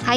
Hi,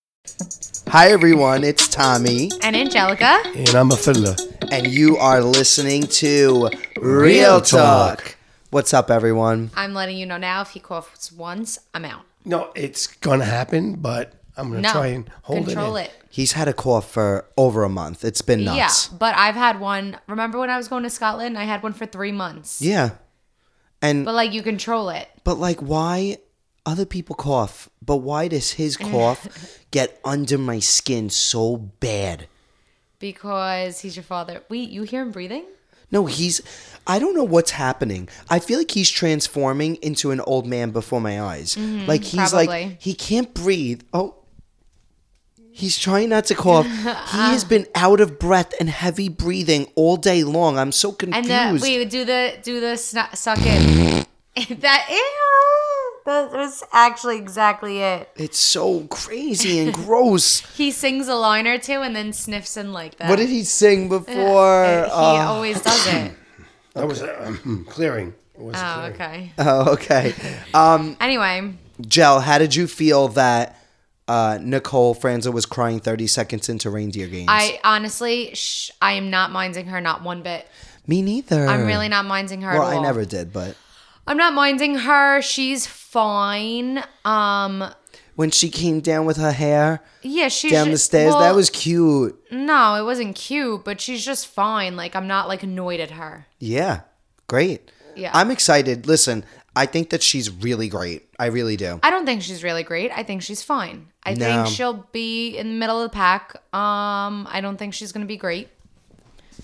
Hi, everyone. It's Tommy, and Angelica. And I'm a fiddler. and you are listening to Real Talk. What's up, everyone? I'm letting you know now if he coughs once, I'm out. No, it's gonna happen, but I'm gonna No. try and hold Control it. it. He's had a cough for over a month. It's been nuts. Yeah, but I've had one. Remember when I was going to Scotland? I had one for three months. Yeah. And, But like you control it. but like, why other people cough? But why does his cough get under my skin so bad? Because he's your father. Wait, you hear him breathing? No, he's. I don't know what's happening. I feel like he's transforming into an old man before my eyes. like he's Mm-hmm, probably. like he can't breathe. Oh, he's trying not to cough. he has been out of breath and heavy breathing all day long. I'm so And uh, confused. the, wait, do the do the snu- suck in. that ew. That was actually exactly it. it's so crazy and gross. He sings a line or two and then sniffs in like that. what did he sing before? He Uh, always does it. That was uh, clearing. It was Oh, clearing. okay. oh, okay. Anyway, Jel, how did you feel that uh, Nicole Franza was crying 30 seconds into Reindeer Games? I honestly, sh- I am not minding her not one bit. Me neither. I'm really not minding her. Hmm. Well, at I all. never did, but I'm not minding her. She's fine. Um, when she came down with her hair yeah, she's down ju- the stairs, that well, was cute. no, it wasn't cute, but she's just fine. Like I'm not like annoyed at her. Yeah, great. Yeah. I'm excited. Listen, I think that she's really great. I really do. I don't think she's really great. I think she's fine. I No. think she'll be in the middle of the pack. Um, I don't think she's gonna be great,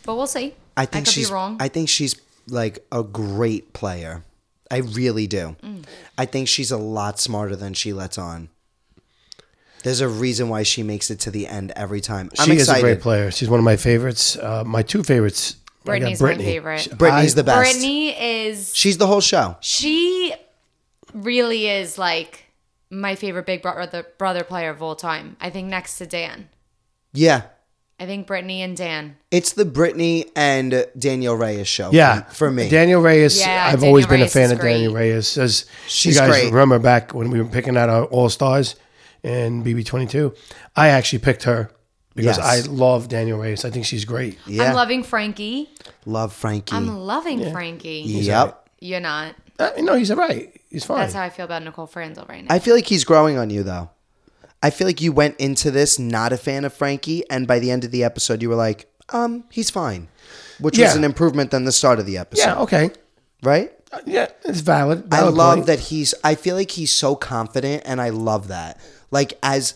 but we'll see. I think could she's be wrong. I think she's like a great player. I really do. Mm. I think she's a lot smarter than she lets on. There's a reason why she makes it to the end every time. I'm She is a excited. great player. She's one of my favorites. Uh, my two favorites. I got Brittany's my Brittany. favorite. She- Brittany's I- the best. Brittany is She's the whole show. She really is like my favorite Big Brother brother player of all time. I think next to Dan. Yeah. I think Brittany and Dan. It's the Brittany and Daniel Reyes show. Yeah, For me. Daniel Reyes. Yeah, I've Daniel always been Reyes a fan is of Daniel great. Reyes. As She's you guys great. remember back when we were picking out our All Stars and BB twenty two, I actually picked her because Yes. I love Daniel Reyes. I think she's great. yeah. Mm. I'm loving Frankie. Love Frankie. I'm loving Frankie. yep. You're not. Uh, no, he's all right. He's fine. That's how I feel about Nicole Franzel right now. I feel like he's growing on you though. I feel like you went into this not a fan of Frankie, and by the end of the episode, you were like, um, he's fine, which was Yeah. an improvement than the start of the episode, yeah. Okay. right? Uh, yeah, it's valid. I valid love point. that he's. I feel like he's so confident, and I love that. Like as,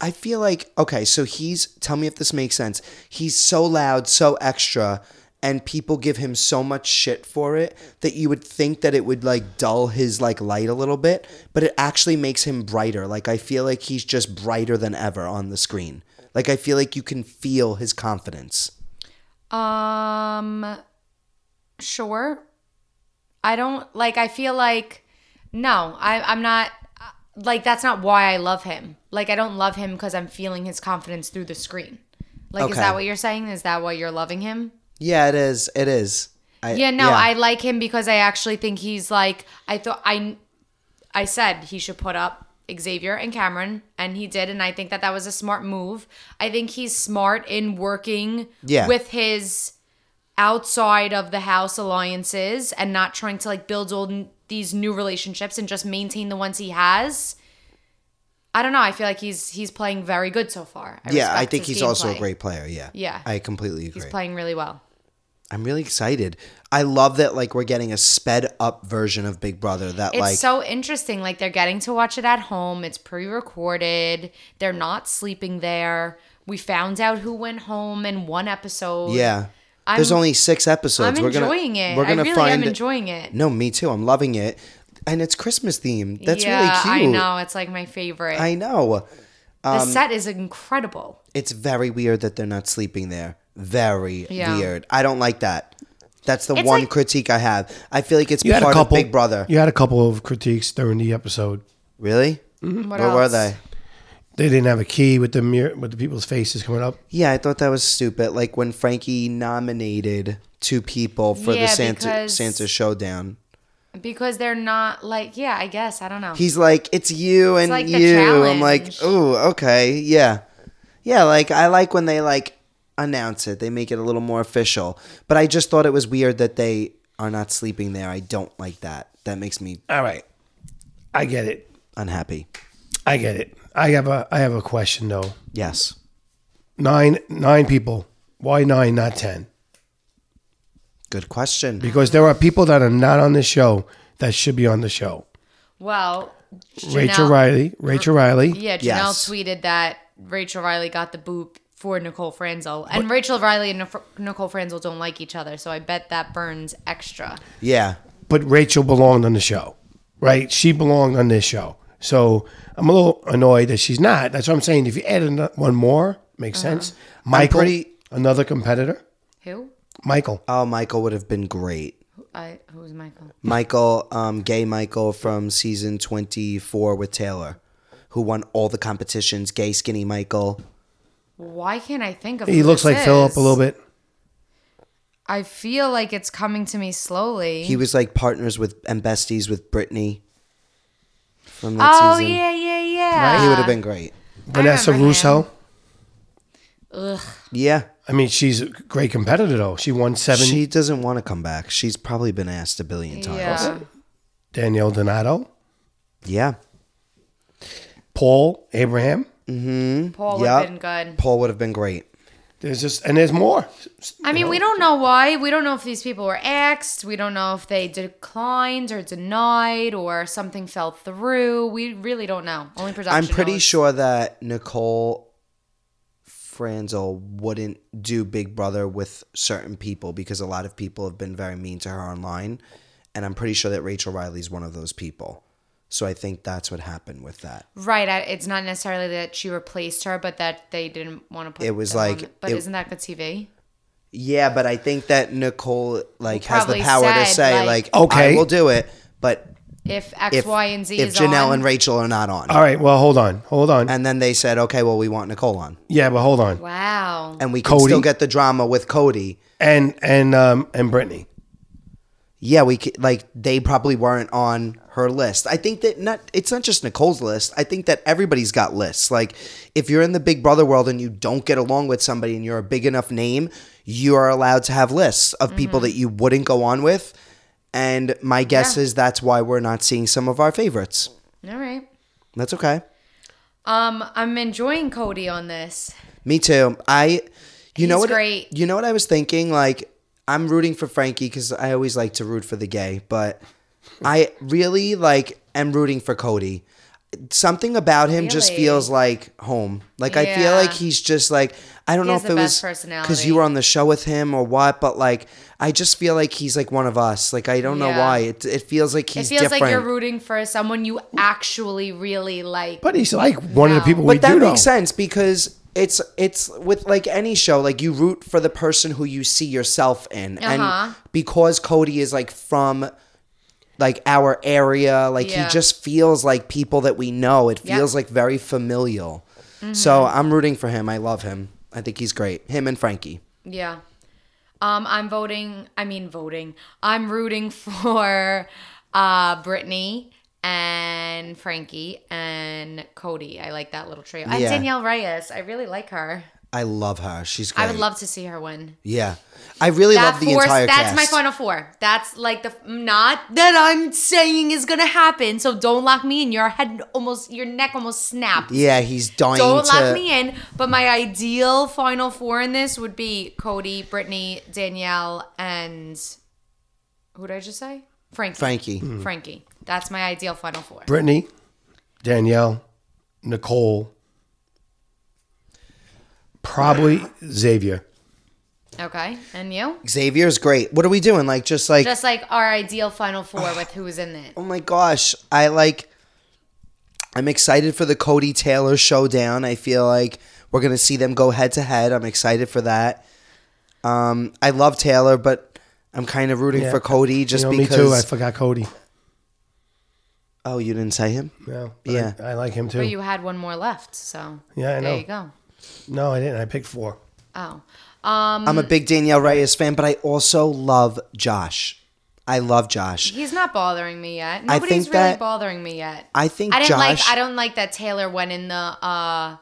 I feel like okay. So he's. Tell me if this makes sense. He's so loud, so extra, and people give him so much shit for it that you would think that it would like dull his like light a little bit, but it actually makes him brighter. Like I feel like he's just brighter than ever on the screen. Like I feel like you can feel his confidence. Um, sure. I don't like. I feel like no. I I'm not uh, like that's not why I love him. Like I don't love him because I'm feeling his confidence through the screen. Like is Okay. that what you're saying? Is that why you're loving him? Yeah, it is. It is. I, Yeah, no, I like him because I actually think he's like I thought I I said he should put up Xavier and Cameron and he did and I think that that was a smart move. I think he's smart in working Yeah. with his outside of the house alliances and not trying to like build all n- these new relationships and just maintain the ones he has. I don't know. I feel like he's he's playing very good so far. I yeah, I respect think his he's also gameplay. a great player. Yeah. Yeah. I completely agree. He's playing really well. I'm really excited. I love that like we're getting a sped up version of Big Brother that It's like so interesting. Like they're getting to watch it at home. It's pre-recorded. They're not sleeping there. We found out who went home in one episode. yeah. There's I'm- only six episodes. I'm we're gonna, enjoying it. We're gonna I really find am enjoying it. No, me too. I'm loving it, and it's Christmas themed. That's yeah, really cute. I know. It's like my favorite. I um, know. the set is incredible. It's very weird that they're not sleeping there. Very Yeah. weird. I don't like that. That's the It's one like- critique I have. I feel like it's You had a part of couple. Big Brother. You had a couple of critiques during the episode. Really? What Hmm, Where else? were they? They didn't have a key with the mirror with the people's faces coming up. Yeah, I thought that was stupid. Like when Frankie nominated two people for the Yeah, Santa because- Santa Showdown. Because they're not like yeah. I guess I don't know. He's like, "It's you and like the you." I'm like, challenge. "Ooh, okay, yeah, yeah." Like I like when they like announce it. They make it a little more official. But I just thought it was weird that they are not sleeping there. I don't like that. That makes me All right, I get it. unhappy. I get it. I have a I have a question though. Yes. Nine nine people. Why nine, not ten? Good question. Because there are people that are not on the show that should be on the show. well, Janelle, Rachel Riley. Rachel Riley. Yeah, Janelle Yes. tweeted that Rachel Riley got the boop for Nicole Franzel, and Rachel Riley and Nic- Nicole Franzel don't like each other, so I bet that burns extra. Yeah. but Rachel belonged on the show, right? She belonged on this show. So I'm a little annoyed that she's not. That's what I'm saying. If you add ano- one more, makes Uh-huh. sense. Michael, pretty- another competitor. Who? Michael. Oh, Michael would have been great. I who's Michael? Michael, um, gay Michael from season 24 with Taylor, who won all the competitions. Gay, skinny Michael. Why can't I think of? He who looks this like Philip is? a little bit. I feel like it's coming to me slowly. He was like partners with and besties with Brittany from that oh season. yeah, yeah, yeah. He would have been great. Vanessa remember Russo. Yeah. I mean, she's a great competitor though. She won seven. She doesn't want to come back. She's probably been asked a billion times. Yeah. Danielle Donato, Yeah. Paul Abraham. Paul would Yeah. have been good. Paul would have been great. There's just and there's more. I mean, we don't know why. We don't know if these people were axed. We don't know if they declined or denied or something fell through. We really don't know. Only production. I'm pretty knows. sure that Nicole Franzel wouldn't do Big Brother with certain people because a lot of people have been very mean to her online. And I'm pretty sure that Rachel Riley's one of those people. So I think that's what happened with that. Right. I, it's not necessarily that she replaced her, but that they didn't want to put It was them on like- the- but it- is isn't that good TV? Yeah, but I think that Nicole like has the probably power to said, say like, like- okay, Okay. I will do it, but If X, Y, if and Z if is Janelle on, and Rachel are not on. All right. Well, hold on. Hold Uh, on. And then they said, okay, well, we want Nicole on, yeah, but hold on. wow, and we can Cody? still get the drama with Cody. And and um and Brittany. yeah, we c- like they probably weren't on her list. I think that not it's not just Nicole's list. I think that everybody's got lists. Like if you're in the Big Brother world and you don't get along with somebody and you're a big enough name, you are allowed to have lists of people that you wouldn't go on with. And my guess is that's why we're not seeing some of our favorites. all right. That's okay. Um, I'm enjoying Cody on this. Me too. I, you know He's what? great. You know what I was thinking? Like, I'm rooting for Frankie because I always like to root for the gay, but I really like am rooting for Cody. Something about him just Really? feels like home. Like I feel like Yeah. he's just like I don't know has if the it best was because personality. you were on the show with him or what, but like I just feel like he's like one of us. Like I don't know Yeah. why it it feels like It he's feels different. like you're rooting for someone you actually really like. But he's like one of the people we but that do know. makes sense because it's it's with like any show like you root for the person who you see yourself in Uh-huh. and because cody is like from like our area like Yeah. he just feels like people that we know it Yep. Mm-hmm. feels like very familial so i'm rooting for him i love him i think he's great him and frankie Yeah. Um, I'm voting. I mean, voting. I'm rooting for uh, Brittany and Frankie and Cody. I like that little trio. And Yeah. Danielle Reyes. I really like her. i love her she's great I would love to see her win. yeah i really That love the four. entire That's cast my final four. That's like the not that I'm saying is gonna happen. So don't lock me in. Your head almost, your neck almost snapped. yeah he's dying Don't to lock me in. But my ideal final four in this would be Cody, Brittany, Danielle, and who did I just say? Frankie. Mm-hmm. frankie Frankie. That's my ideal final four. Brittany, Danielle, Nicole, probably Xavier. Okay. And you? Xavier's great. What are we doing? Like just like Just like our ideal final four with who's in it. oh my gosh, I like I'm excited for the Cody Taylor showdown. I feel like we're gonna see them go head to head. I'm excited for that. Um, I love Taylor, but I'm kind of rooting Yeah. for Cody just You know, because. Me too. I forgot Cody. oh, you didn't say him. Mm-hmm. No, but Yeah. I, I like him too. But you had one more left, so Yeah, there I know. you go. no, I didn't. I picked four. Oh. Um I'm a big Danielle Reyes fan, but I also love Josh. I love Josh. he's not bothering me yet. Nobody's think really that- bothering me yet. I think I didn't Josh. like I don't like that Taylor went in the uh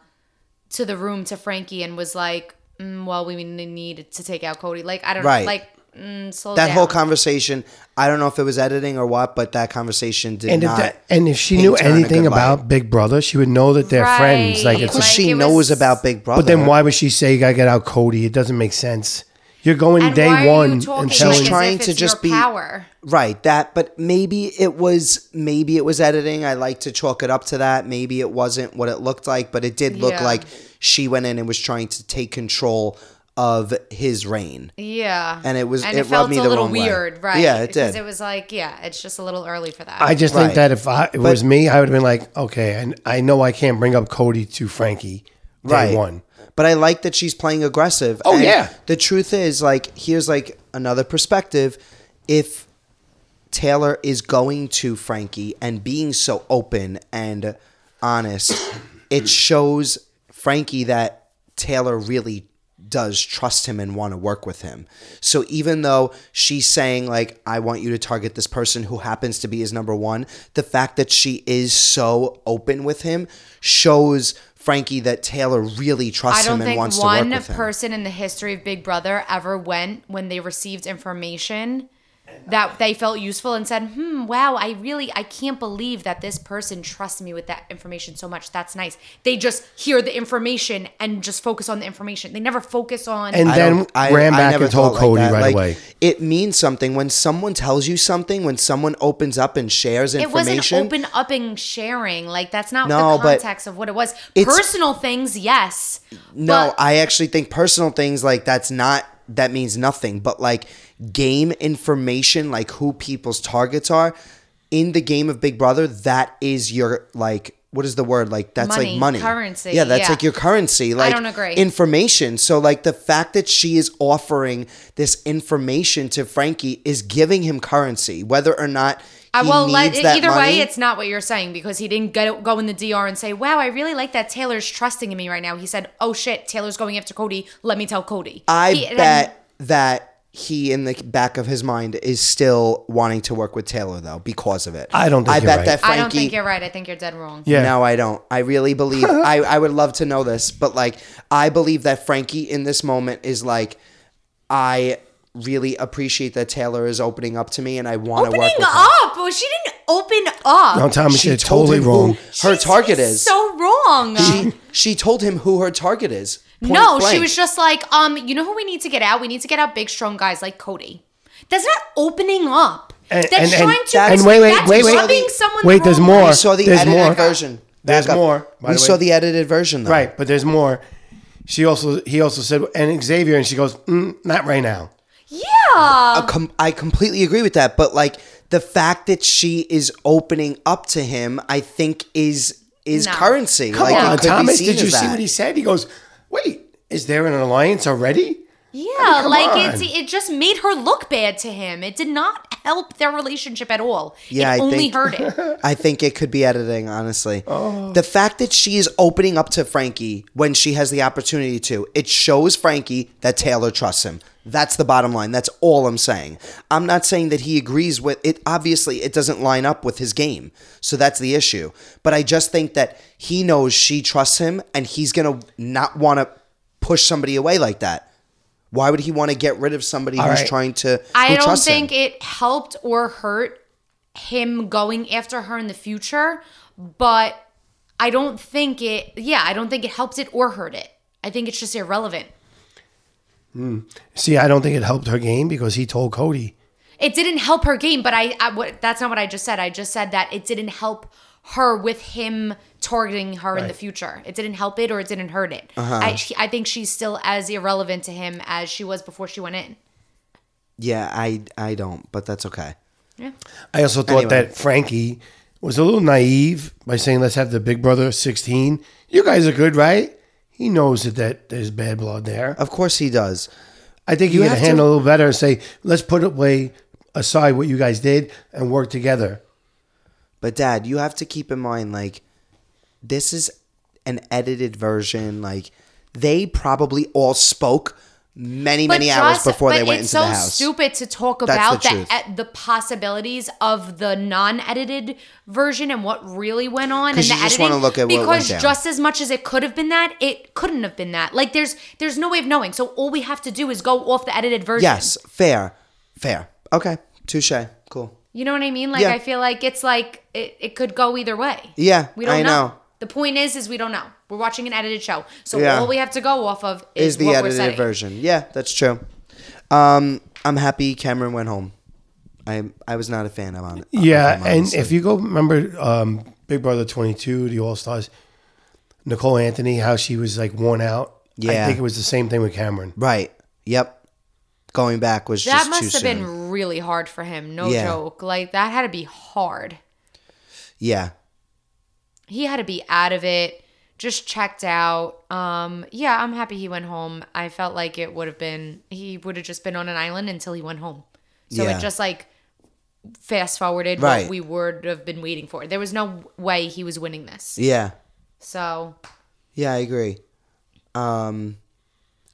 to the room to Frankie and was like, mm, well, we need to take out Cody. Like I don't Right. like mm, slow that down. whole conversation. I don't know if it was editing or what, but that conversation did And if, not. that, and if she paint knew her in a anything good light. about Big Brother, she would know that they're friends. Like Right. it's, Of course, Like, she it knows was- about Big Brother. but then why would she say you gotta get out Cody? It doesn't make sense. You're going And why are day you one talking and like telling as trying if to it's just your be- power. Right, that. But maybe it was. Maybe it was editing. I like to chalk it up to that. Maybe it wasn't what it looked like, but it did look Yeah. like she went in and was trying to take control of his reign. Yeah. And it was- and it, it rubbed felt me a the little wrong way. weird, right? Yeah, it Because did. it was like, yeah, it's just a little early for that. I just Right. think that if I, it was me, I would have been like, okay, and I know I can't bring up Cody to Frankie day Right. one. But I like that she's playing aggressive. Oh, yeah. The truth is, like, here's like another perspective. If Taylor is going to Frankie and being so open and honest, it shows Frankie that Taylor really does trust him and want to work with him. So even though she's saying like I want you to target this person who happens to be his number 1, the fact that she is so open with him shows Frankie that Taylor really I trusts him don't and think wants to work one with him. person in the history of Big Brother ever went when they received information that they felt useful and said, "Hmm, wow, I really I can't believe that this person trusts me with that information so much. That's nice." They just hear the information and just focus on the information. They never focus on And then don't- I- ran I back never and told thought like Cody that. right Like, away. It means something when someone tells you something, when someone opens up and shares it wasn't information. open up and sharing. Like that's not No, the but context of what it was. it's- Personal things, yes. no, but- I actually think personal things like that's not that means nothing, but like game information, like who people's targets are in the game of Big Brother, that is your like what is the word like that's Money, like money currency, yeah that's yeah. like your currency like don't agree. information so like the fact that she is offering this information to frankie is giving him currency whether or not I he will Uh, let needs that either money- way. It's not what you're saying because he didn't go, go in the DR and say, "Wow, I really like that Taylor's trusting in me right now." He said, "Oh shit, Taylor's going after Cody. Let me tell Cody." I He- bet that he in the back of his mind is still wanting to work with Taylor though because of it. I don't think I you're bet right. that I Frankie. don't think you're right. I think you're dead wrong. Yeah. No, I don't. I really believe. I I would love to know this, but like I believe that Frankie in this moment is like I really appreciate that Taylor is opening up to me and I want to Opening work with her. up? Well, she didn't open up. No, Tommy She said told uh, totally him who wrong. her She's target is. so wrong. she she told him who her target is. point no, she blank. was just like, um, you know who we need to get out? We need to get out big, strong guys like Cody. That's not opening up. And- that's and- and- trying to. and wait, wait, that's wait, wait. rubbing someone Wait, there's wrong. more. We saw the There's edited more. version. There's Back up. more, by We the way. saw the edited version though. Right, but there's more. She also he also said and Xavier and she goes, mm, not right now. Yeah. a com- I completely agree with that, but like the fact that she is opening up to him, I think is is No. currency. Come like, it on, could be uh, Thomas. seen Did you as see that. what he said? He goes, wait, is there an alliance already? Yeah, come like on. it's it just made her look bad to him. It did not help their relationship at all. Yeah, it I only think- hurt it. I think it could be editing, honestly. The fact that she is opening up to Frankie when she has the opportunity to, it shows Frankie that Taylor trusts him. That's the bottom line. That's all I'm saying. I'm not saying that he agrees with it. Obviously, it doesn't line up with his game. So that's the issue. But I just think that he knows she trusts him and he's going to not want to push somebody away like that. Why would he want to get rid of somebody who's right. trying to? I who don't trusts him? think it helped or hurt him going after her in the future, but I don't think it yeah, I don't think it helped it or hurt it. I think it's just irrelevant. See, I don't think it helped her game because he told Cody. It didn't help her game, but I, I what, that's not what I just said. I just said that it didn't help her with him targeting her in the future. It didn't help it or it didn't hurt it. Uh-huh. I, she, I think she's still as irrelevant to him as she was before she went in. Yeah, I I don't, but that's okay. I also thought Anyway. that Frankie was a little naive by saying, "Let's have the Big Brother 16." You guys are good, right? He knows that, that there's bad blood there. Of course he does. I think You you, got have to to- handle it a little better and say, "Let's put away aside what you guys did and work together." But dad, you have to keep in mind like this is an edited version like they probably all spoke many many hours Joss- before they but went into it's the so house. stupid to talk the about the, e, truth. the, possibilities of the non-edited version and what really went on and 'Cause the you just editing wanna look at what went because down. just as much as it could have been that it couldn't have been that like there's there's no way of knowing so all we have to do is go off the edited version Yes, fair. Fair. Okay. Touche. Cool. you know what i mean like Yeah. i feel like it's like it, it could go either way Yeah, we don't I know. the point is is we don't know we're watching an edited show so Yeah. all we have to go off of is, Is the what we're edited setting. version. Yeah, that's true. Um I'm happy Cameron went home. I I was not a fan of on. of Yeah, him, and honestly. if you go remember um, Big Brother 22, the All Stars, Nicole Anthony, how she was like worn out. Yeah. I think it was the same thing with Cameron. Right. Yep. Going back was That just must too have soon. been really hard for him. No Yeah. joke. Like that had to be hard. Yeah. He had to be out of it, just checked out. Um, yeah, I'm happy he went home. I felt like it would have been he would have just been on an island until he went home. So Yeah. it just like fast forwarded Right. what we would have been waiting for. There was no way he was winning this. Yeah. So Yeah, I agree. Um,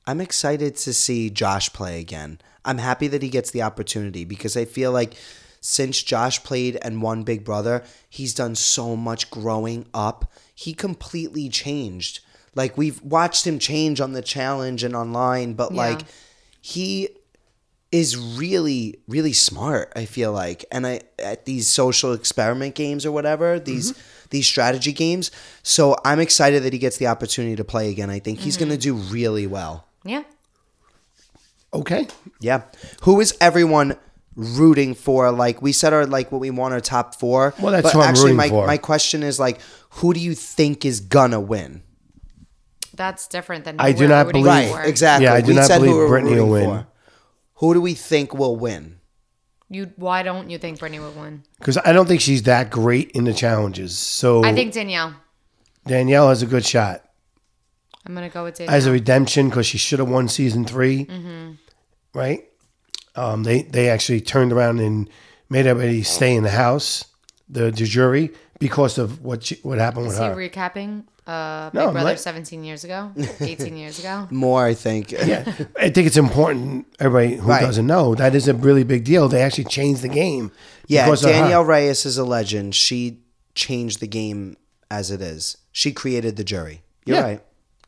I'm excited to see Josh play again. I'm happy that he gets the opportunity because I feel like since Josh played and won Big Brother, he's done so much growing up. He completely changed. Like we've watched him change on the challenge and online, but like he is really really smart i feel like and i at these social experiment games or whatever these Mm-hmm. these strategy games so i'm excited that he gets the opportunity to play again i think he's Mm-hmm. going to do really well yeah. Okay. yeah who is everyone rooting for like we said our like what we want our top four Well, that's but who I'm actually rooting my, for. my question is like who do you think is gonna win That's different than I who do we're not rooting believe- for. exactly Yeah, I do not believe we're Brittany will rooting win. who do we think will win You why don't you think Brittany would win? Because I don't think she's that great in the challenges. So I think Danielle. Danielle has a good shot I'm gonna go with Danielle. as a redemption because she should have won season 3 Mm-hmm. right? Um, they they actually turned around and made everybody Oh. stay in the house, the, the jury, because of what she, what happened with Is he her. recapping uh, Big No, I'm Brother like- 17 years ago? 18 years ago? more i think Yeah, I think it's important. Everybody who Right. doesn't know that is a really big deal. They actually changed the game. Yeah, because of her. Danielle Reyes is a legend. She changed the game as it is. She created the jury. You're Yeah. right.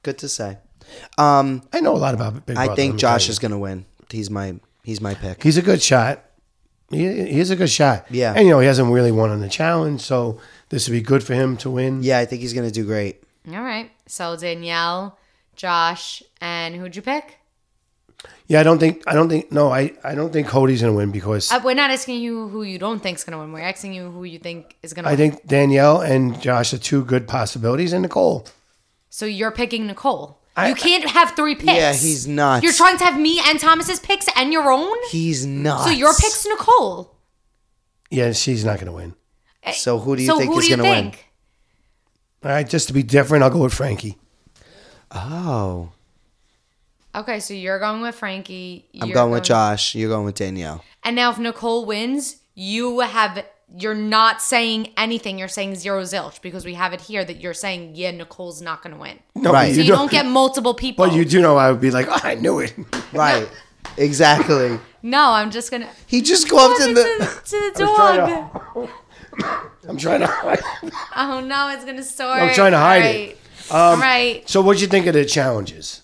Good to say. Um, I know a lot about Big Brother. I let think me tell Josh you. is going to win. He's my he's my pick. He's a good shot. He, he's a good shot. Yeah. and you know he hasn't really won on the challenge, so this would be good for him to win. yeah, I think he's going to do great. All right. So Danielle, Josh, and who'd you pick? Yeah, I don't think I don't think no, I I don't think Cody's gonna win because Uh, we're not asking you who you don't think's gonna win. We're asking you who you think is gonna I win. think Danielle and Josh are two good possibilities, and Nicole. so you're picking Nicole. I- you can't have three picks. Yeah, he's nuts. You're trying to have me and Thomas's picks and your own. He's not. So your pick's Nicole. Yeah, she's not gonna win. So who do you so think who is do you going to win? think? All right, just to be different, I'll go with Frankie. Oh, Okay, so you're going with Frankie. I'm you're going with Josh. You're going with Danielle. And now if Nicole wins, you have you're not saying anything. You're saying zero zilch because we have it here that you're saying yeah, Nicole's not going to win. No, Right. So you don't get multiple people. But you do know I would be like, oh, I knew it. Right. exactly. no, I'm just gonna. He just clumped in the. to, to the trying to- dog. I'm trying to. Oh no, it's gonna start. I'm trying to hide it. Um, All right. So, what'd you think of the challenges?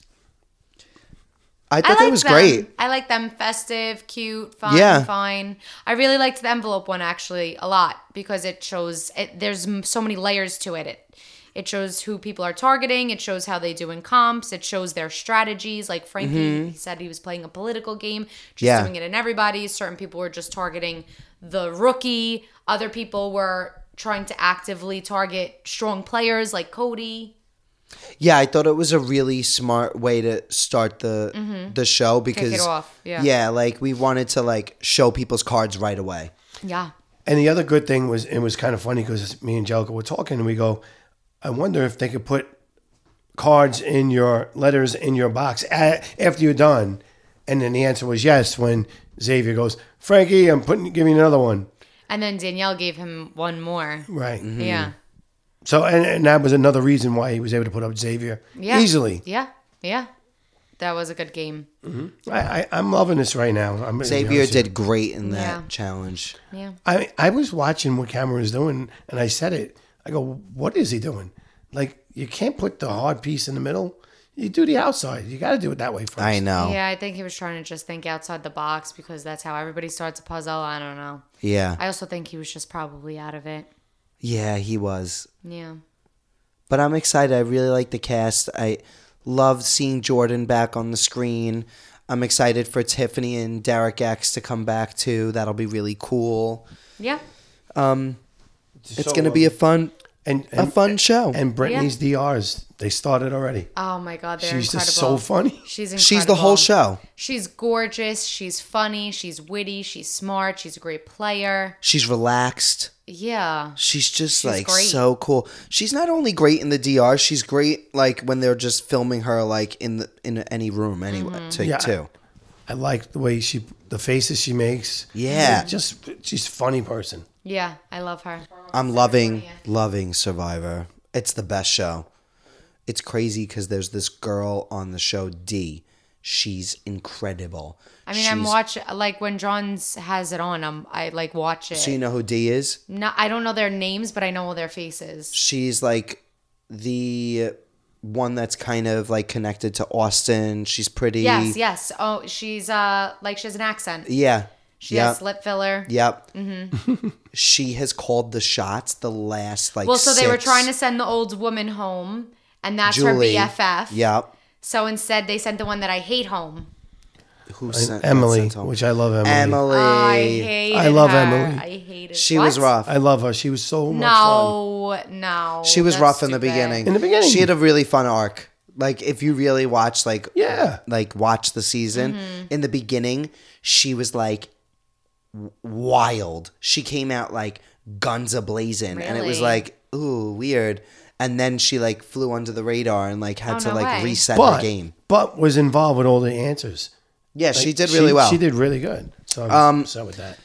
I I thought like that was them. great. I like them festive, cute, fun, Yeah. fine. I really liked the envelope one actually a lot because it shows it, there's m- so many layers to it. it. It shows who people are targeting. It shows how they do in comps. It shows their strategies. Like Frankie he said, he was playing a political game, just Mm-hmm. Yeah. doing it in everybody. Certain people were just targeting the rookie. Other people were trying to actively target strong players like Cody. Yeah, I thought it was a really smart way to start the the show because Mm-hmm. off, yeah. like we wanted to like show people's cards right away. Yeah. And the other good thing was it was kind of funny because me and Jellica were talking and we go, I wonder if they could put cards in your letters in your box a after you're done. And then the answer was yes when Xavier goes, Frankie, I'm putting giving you another one. And then Danielle gave him one more. Mm-hmm. Right. Yeah. So and, and that was another reason why he was able to put up Xavier Yeah. easily. Yeah. Yeah. That was a good game. I, I, I'm loving this right now. I'm gonna be Xavier honest with you. did great in that Yeah. challenge. Yeah. I I was watching what Cameron was doing, and I said it. I go, what is he doing? Like you can't put the hard piece in the middle. You do the outside. You got to do it that way first. I know. Yeah. Yeah, I think he was trying to just think outside the box because that's how everybody starts a puzzle. I don't know. Yeah, I also think he was just probably out of it. he was. Yeah. But I'm excited. I really like the cast. I loved seeing Jordan back on the screen. I'm excited for Tiffany and Derek X to come back too. That'll be really cool. Yeah. It's gonna be a fun and, a and, fun show. and Brittany's DRs. They started already. Oh my God, they're She's incredible. just so funny. She's incredible. She's the whole show. She's gorgeous. She's funny. She's witty. She's smart. She's a great player. She's relaxed. Yeah. She's just She's like great. so cool. She's not only great in the DR, she's great like when they're just filming her like in the in any room anyway Mm-hmm. to, Yeah. too. I like the way she, the faces she makes. Yeah. She's just she's a funny person. Yeah. I love her. I'm loving loving Survivor. It's the best show. It's crazy cuz there's this girl on the show D. She's incredible. I mean, I'm watching, like, when John's has it on, I'm, I, like, watch it. So you know who D is? no, I don't know their names, but I know all their faces. she's like the one that's kind of like connected to Austin. She's pretty. Yes, yes. Oh, she's, uh, like, she has an accent. Yeah. She yep. has lip filler. Yep. Mm-hmm. she has called the shots the last like. Well, so they were six. trying to send the old woman home, and that's Julie. her BFF. Yep. So instead, they sent the one that I hate home. Who sent Emily, sent home? which I love Emily. Emily. I hate. I love her. Emily. I hate it. she was rough. I love her. She was so much fun. No, no. she was Oh, that's rough in the stupid. beginning. In the beginning. she had a really fun arc. Like if you really watch, like Yeah. like watch the season Mm-hmm. in the beginning she was like w- wild she came out like guns ablazing and it Really? was like ooh weird and then she like flew under the radar and like had Oh, to no like way. reset But her game but was involved with all the answers. yeah she did She- really well She did really good. So I'm um, upset with that.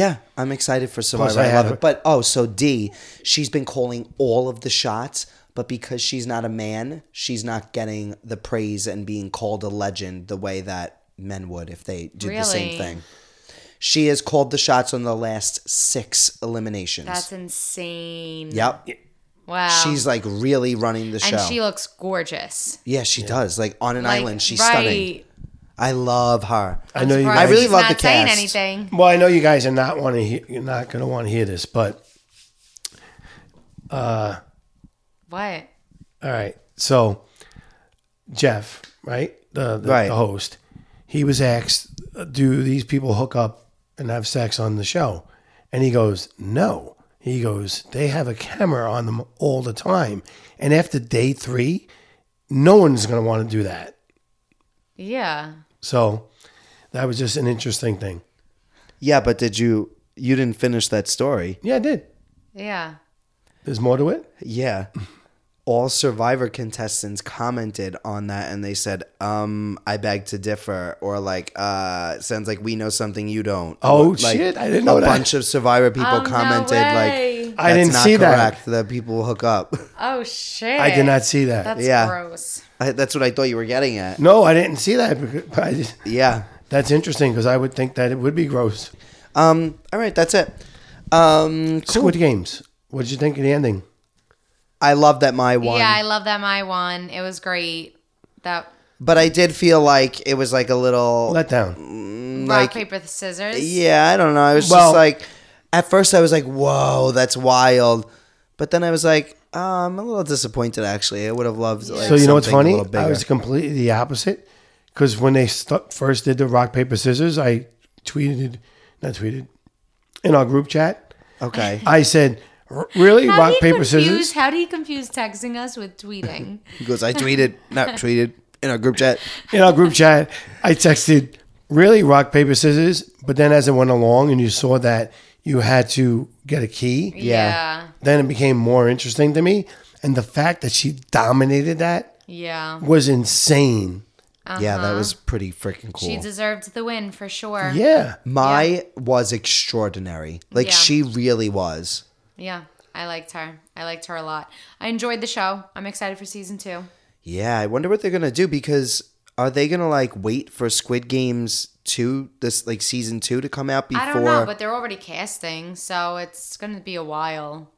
yeah i'm excited for survivor I i, had love her- it but oh so d she's been calling all of the shots but because she's not a man she's not getting the praise and being called a legend the way that men would if they did the same Really? thing She has called the shots on the last six eliminations. That's insane. yep. Wow. She's like really running the show. and she looks gorgeous. yeah, she does. Like on an Like, island, she's right. stunning. I love her. I know you. Right. Guys, I really She's love not the saying cast. anything. well, I know you guys are not want to. Hear, you're not going to want to hear this, but What? all right. So, Jeff, right, the the, Right. the host, he was asked, "Do these people hook up and have sex on the show?" And he goes, "No." He goes, "They have a camera on them all the time, and after day three, no one's going to want to do that." Yeah. So, that was just an interesting thing. Yeah, but did you? You didn't finish that story. Yeah, I did. Yeah. There's more to it. Yeah. All survivor contestants commented on that and they said, um, I beg to differ, or like, uh, sounds like we know something you don't. Oh, Like, shit, I didn't know a that. bunch of survivor people Oh, no commented, way. like, I didn't not see that. correct, that. people hook up. Oh shit. I did not see that. That's Yeah. gross. I, that's what I thought you were getting at. No, I didn't see that. Because, but I just, Yeah. that's interesting because I would think that it would be gross. Um, all right, that's it. Um, cool. Squid Games. What did you think of the ending? I love that my one, Yeah, I love that my one. It was great. That but I did feel like it was like a little. Let down. rock paper scissors. yeah, I don't know. I was Well- just like, at first I was like, "Whoa, that's wild," but then I was like, oh, "I'm a little disappointed." Actually, I would have loved. Like, So you know what's something a funny? little bigger. I was completely the opposite because when they st- first did the rock paper scissors, I tweeted, not tweeted, in our group chat. okay. I said R- really? How do Rock, you paper, confuse, scissors? How do you confuse texting us with tweeting? He goes, I tweeted, not tweeted in our group chat. In our group chat, I texted, really? Rock, paper, scissors? But then as it went along and you saw that you had to get a key, yeah. then it became more interesting to me. And the fact that she dominated that Yeah. was insane. Yeah, that was pretty freaking cool. Uh-huh. She deserved the win for sure. Yeah. My was extraordinary. Like Yeah. she really was. Yeah, I liked her. I liked her a lot. I enjoyed the show. I'm excited for season two. Yeah, I wonder what they're gonna do because are they gonna like wait for Squid Games two this like season two to come out before? I don't know, but they're already casting, so it's going to be a while.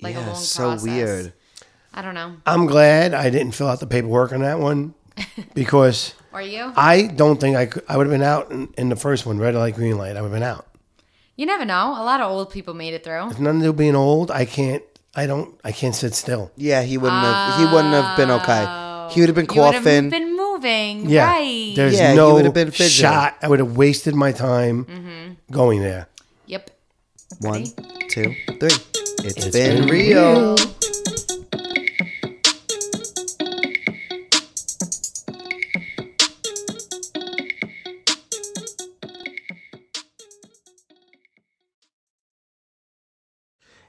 Like yeah, a long so process. weird. I don't know. I'm glad I didn't fill out the paperwork on that one because Are you? I don't think I could, I would have been out in, in the first one, red light, green light. I would have been out. You never know. A lot of old people made it through. None of you being old, I can't. I don't. I can't sit still. Yeah, he wouldn't have. He wouldn't have been okay. He would have been Oh. You would have coughing. been moving, Yeah, right? there's Yeah, you no would've been fidgeting. shot. I would have wasted my time going there. yep. One, two, three. it's been, real.